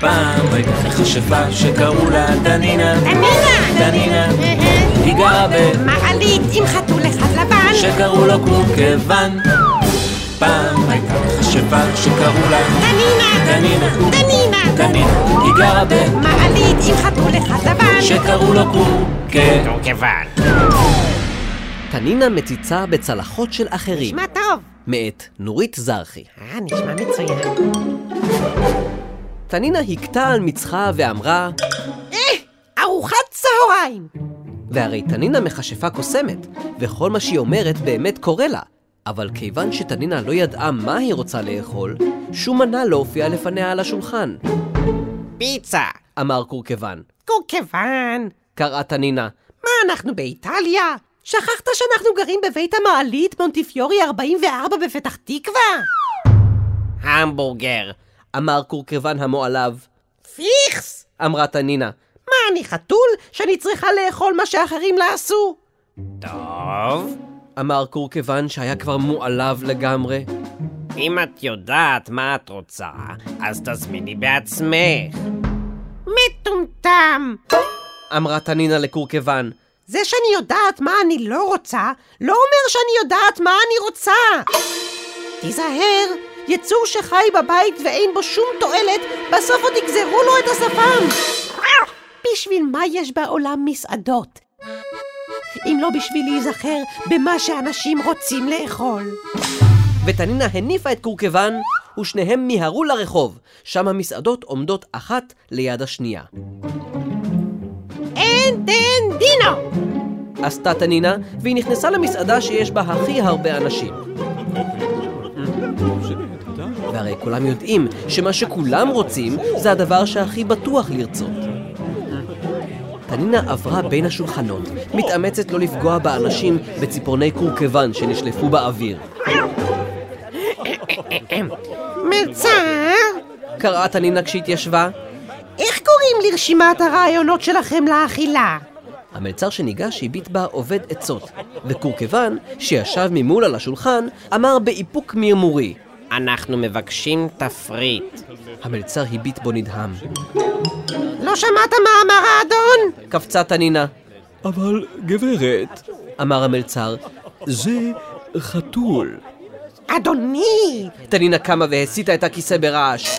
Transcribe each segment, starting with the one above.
פעם הייתה חשבה שקראו לה דנינה. דנינה! דנינה. אהה. היא גרה מעלית עם חתול אחד לבן. שקראו לו קורקבן. פעם הייתה חשבה שקראו לה דנינה! דנינה. דנינה! דנינה. היא גרה ב... מעלית עם חתול אחד לבן. שקראו לו קורקבן. כיוון. תנינה מציצה בצלחות של אחרים, נשמע טוב. מאת נורית זרחי. אה, נשמע מצוין. תנינה הכתה על מצחה ואמרה, אה, ארוחת צהריים! והרי תנינה מכשפה קוסמת, וכל מה שהיא אומרת באמת קורה לה. אבל כיוון שתנינה לא ידעה מה היא רוצה לאכול, שום מנה לא הופיעה לפניה על השולחן, פיצה. אמר קורקבן. קורקוון! קראה תנינה, מה, אנחנו באיטליה? שכחת שאנחנו גרים בבית המעלית מונטיפיורי 44 בפתח תקווה? המבורגר. אמר קורקבן המועלב, פיכס! אמרה תנינה, מה, אני חתול שאני צריכה לאכול מה שאחרים לא עשו? טוב. אמר קורקבן שהיה כבר מועלב לגמרי. אם את יודעת מה את רוצה, אז תזמיני בעצמך. מטומטם! אמרה תנינה לקורקבן, זה שאני יודעת מה אני לא רוצה, לא אומר שאני יודעת מה אני רוצה! תיזהר, יצור שחי בבית ואין בו שום תועלת, בסוף עוד יגזרו לו את השפם! בשביל מה יש בעולם מסעדות? אם לא בשביל להיזכר במה שאנשים רוצים לאכול. ותנינה הניפה את קורקבן, ושניהם מיהרו לרחוב, שם המסעדות עומדות אחת ליד השנייה. אנטנדינו! עשתה תנינה, והיא נכנסה למסעדה שיש בה הכי הרבה אנשים. והרי כולם יודעים שמה שכולם רוצים זה הדבר שהכי בטוח לרצות. תנינה עברה בין השולחנות, מתאמצת לא לפגוע באנשים בציפורני קורקוון שנשלפו באוויר. מלצר! קראה תנינה כשהתיישבה. איך קוראים לרשימת הרעיונות שלכם לאכילה? המלצר שניגש הביט בה אובד עצות, וקורקוון, שישב ממול על השולחן, אמר באיפוק מרמורי. אנחנו מבקשים תפריט. המלצר הביט בו נדהם. לא שמעת מה אמר האדון? קפצה תנינה, אבל גברת, אמר המלצר. זה חתול. אדוני! תנינה קמה והסיטה את הכיסא ברעש.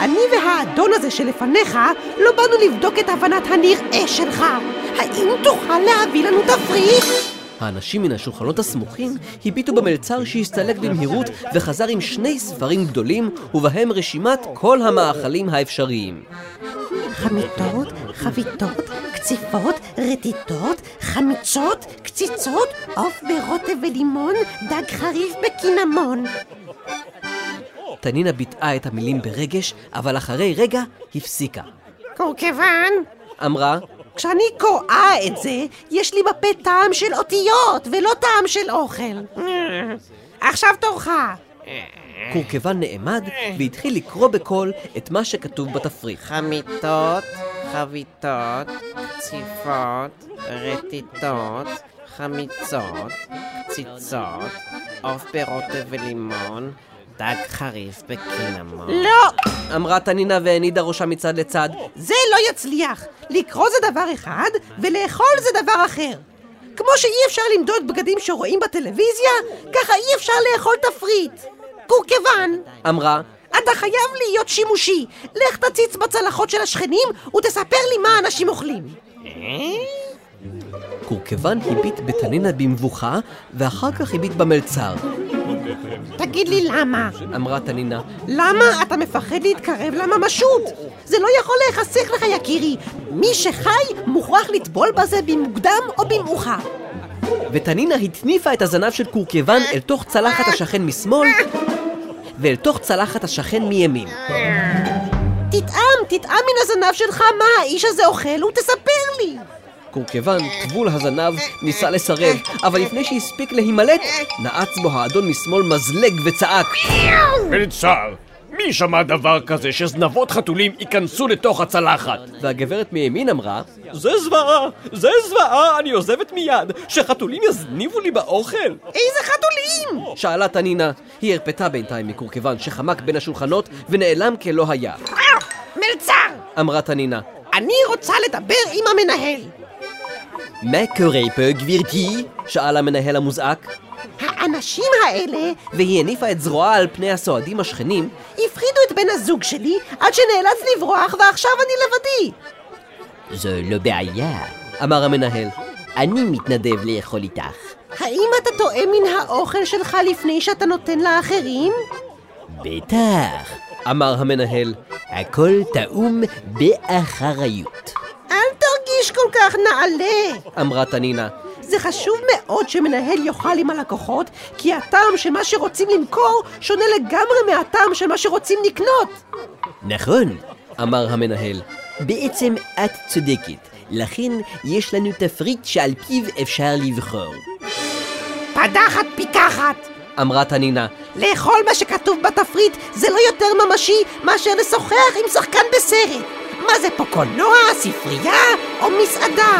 אני והאדון הזה שלפניך לא באנו לבדוק את הבנת הנראה שלך. האם תוכל להביא לנו תפריט? האנשים מן השולחנות הסמוכים הביטו במלצר שהסתלק במהירות וחזר עם שני ספרים גדולים ובהם רשימת כל המאכלים האפשריים. חמיתות, חביתות, קציפות, רטיטות, חמיצות, קציצות, עוף ברוטב ולימון, דג חריף בקינמון. תנינה ביטאה את המילים ברגש, אבל אחרי רגע הפסיקה. קורקוון, אמרה, כשאני קוראה את זה, יש לי בפה טעם של אותיות ולא טעם של אוכל. אה, עכשיו תורך. קורקבן נעמד והתחיל לקרוא בקול את מה שכתוב בתפריט. חמיתות, חביתות, קציפות, רטיטות, חמיצות, קציצות, עוף ברוטב ולימון, דג חריף בקינמון. לא! אמרה תנינה והנידה ראשה מצד לצד. זה לא יצליח. לקרוא זה דבר אחד, ולאכול זה דבר אחר. כמו שאי אפשר למדוד בגדים שרואים בטלוויזיה, ככה אי אפשר לאכול תפריט. קורקוון, אמרה, אתה חייב להיות שימושי. לך תציץ בצלחות של השכנים ותספר לי מה אנשים אוכלים. קורקבן הביט בתנינה במבוכה, ואחר כך הביט במלצר. תגיד לי למה. אמרה תנינה, למה אתה מפחד להתקרב לממשות? זה לא יכול להיחסך לך, יקירי. מי שחי מוכרח לטבול בזה במוקדם או במאוחר. ותנינה התניפה את הזנב של קורקבן אל תוך צלחת השכן משמאל, ואל תוך צלחת השכן מימין. תטעם, תטעם מן הזנב שלך מה האיש הזה אוכל ותספר לי. קורקבן, טבול הזנב, ניסה לסרב, אבל לפני שהספיק להימלט, נעץ בו האדון משמאל מזלג וצעק. מלצר, מי שמע דבר כזה שזנבות חתולים ייכנסו לתוך הצלחת? והגברת מימין אמרה, זה זוועה! זה זוועה! אני עוזבת מיד! שחתולים יזניבו לי באוכל! איזה חתולים! שאלה תנינה. היא הרפתה בינתיים מקורקבן שחמק בין השולחנות ונעלם כלא היה. המלצר! אמרה תנינה. אני רוצה לדבר עם המנהל. מה קורה פה, גברתי? שאל המנהל המוזעק, האנשים האלה והיא הניפה את זרועה על פני הסועדים השכנים, הפחידו את בן הזוג שלי עד שנאלץ לברוח ועכשיו אני לבדי. זו לא בעיה, אמר המנהל. אני מתנדב לאכול איתך. האם אתה טועה מן האוכל שלך לפני שאתה נותן לאחרים? בטח, אמר המנהל. הכל טעום באחריות, אל תרגיש כל כך נעלה. אמרה תנינה. זה חשוב מאוד שמנהל יאכל עם הלקוחות, כי הטעם של מה שרוצים למכור שונה לגמרי מהטעם של מה שרוצים לקנות. נכון, אמר המנהל. בעצם את צודקת, לכן יש לנו תפריט שעל פיו אפשר לבחור. פדחת פיקחת! אמרה תנינה, לאכול מה שכתוב בתפריט זה לא יותר ממשי מאשר לשוחח עם שחקן בסרט. מה זה פה קולנוע, ספרייה או מסעדה?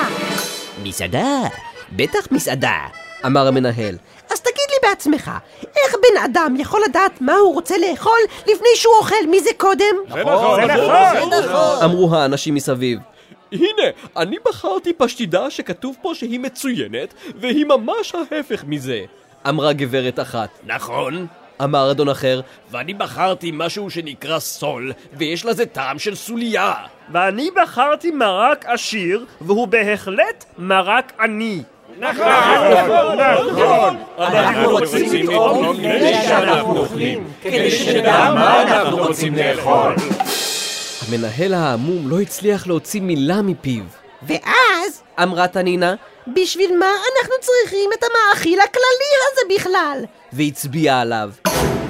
מסעדה, בטח מסעדה, אמר המנהל. אז תגיד לי בעצמך, איך בן אדם יכול לדעת מה הוא רוצה לאכול לפני שהוא אוכל מזה קודם? נכון, זה אמרו האנשים מסביב. נכון. הנה, אני בחרתי פשטידה שכתוב פה שהיא מצוינת, והיא ממש ההפך מזה. אמרה גברת אחת. נכון, אמר אדון אחר, ואני בחרתי משהו שנקרא סול, ויש לזה טעם של סוליה. ואני בחרתי מרק עשיר, והוא בהחלט מרק עני. אנחנו רוצים לטעום לפני שאנחנו אוכלים, כדי שנדע מה אנחנו רוצים לאכול. המנהל העמום לא הצליח להוציא מילה מפיו. ואז, אמרה תנינה, בשביל מה אנחנו צריכים את המאכיל הכללי הזה בכלל? והצביעה עליו.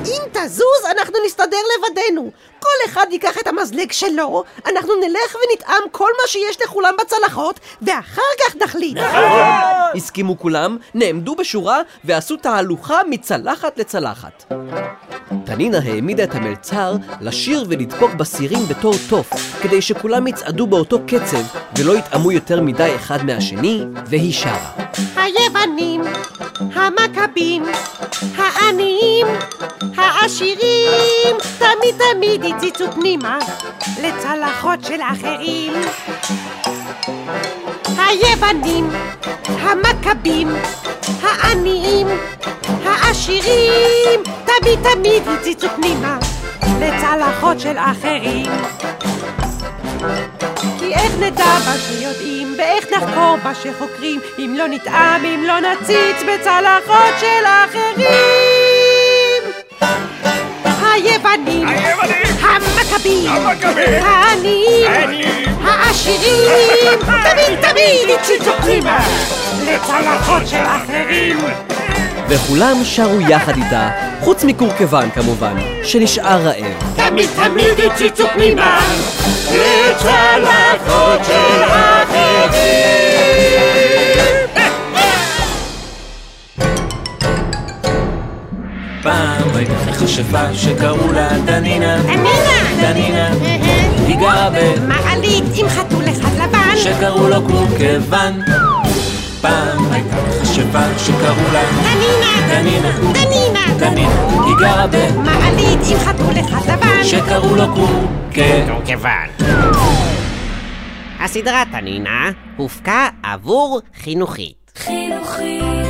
אם תזוז, אנחנו נסתדר לבדנו. כל אחד ייקח את המזלג שלו, אנחנו נלך ונטעם כל מה שיש לכולם בצלחות, ואחר כך נחליט. הסכימו כולם, נעמדו בשורה ועשו תהלוכה מצלחת לצלחת. תנינה העמידה את המלצר לשיר ולדפוק בסירים בתור תוף, כדי שכולם יצעדו באותו קצב ולא יטעמו יותר מדי אחד מהשני, והיא שרה. היוונים, המכבים, העניים, העשירים, תמיד תמיד הציצו פנימה לצלחות של אחרים. היוונים, המכבים, העניים, העשירים, תמיד תמיד הציצו פנימה לצלחות של אחרים. כי איך נדע מה שיודעים, ואיך נחקור מה שחוקרים, אם לא נטעם, אם לא נציץ בצלחות של אחרים? היוונים, המכבים, העניים, העשירים, תמיד תמיד הציצו פנימה לצלחות של אחרים. וכולם שרו יחד איתה, חוץ מקורקבן כמובן, שנשאר רעב. תמיד תמיד הציצו פנימה לצלחות של אחרים. פעם הייתה חשבה שקראו לה דנינה. דנינה. היא גרה ב... מעלית עם חתול אחד לבן. שקראו לו קורקבן. פעם הייתה חשבה שקראו לה דנינה! דנינה. דנינה! דנינה. היא גרה ב... מעלית עם חתול אחד לבן! שקראו לו קורקבן. כיוון. הסדרה תנינה הופקה עבור חינוכית. חינוכית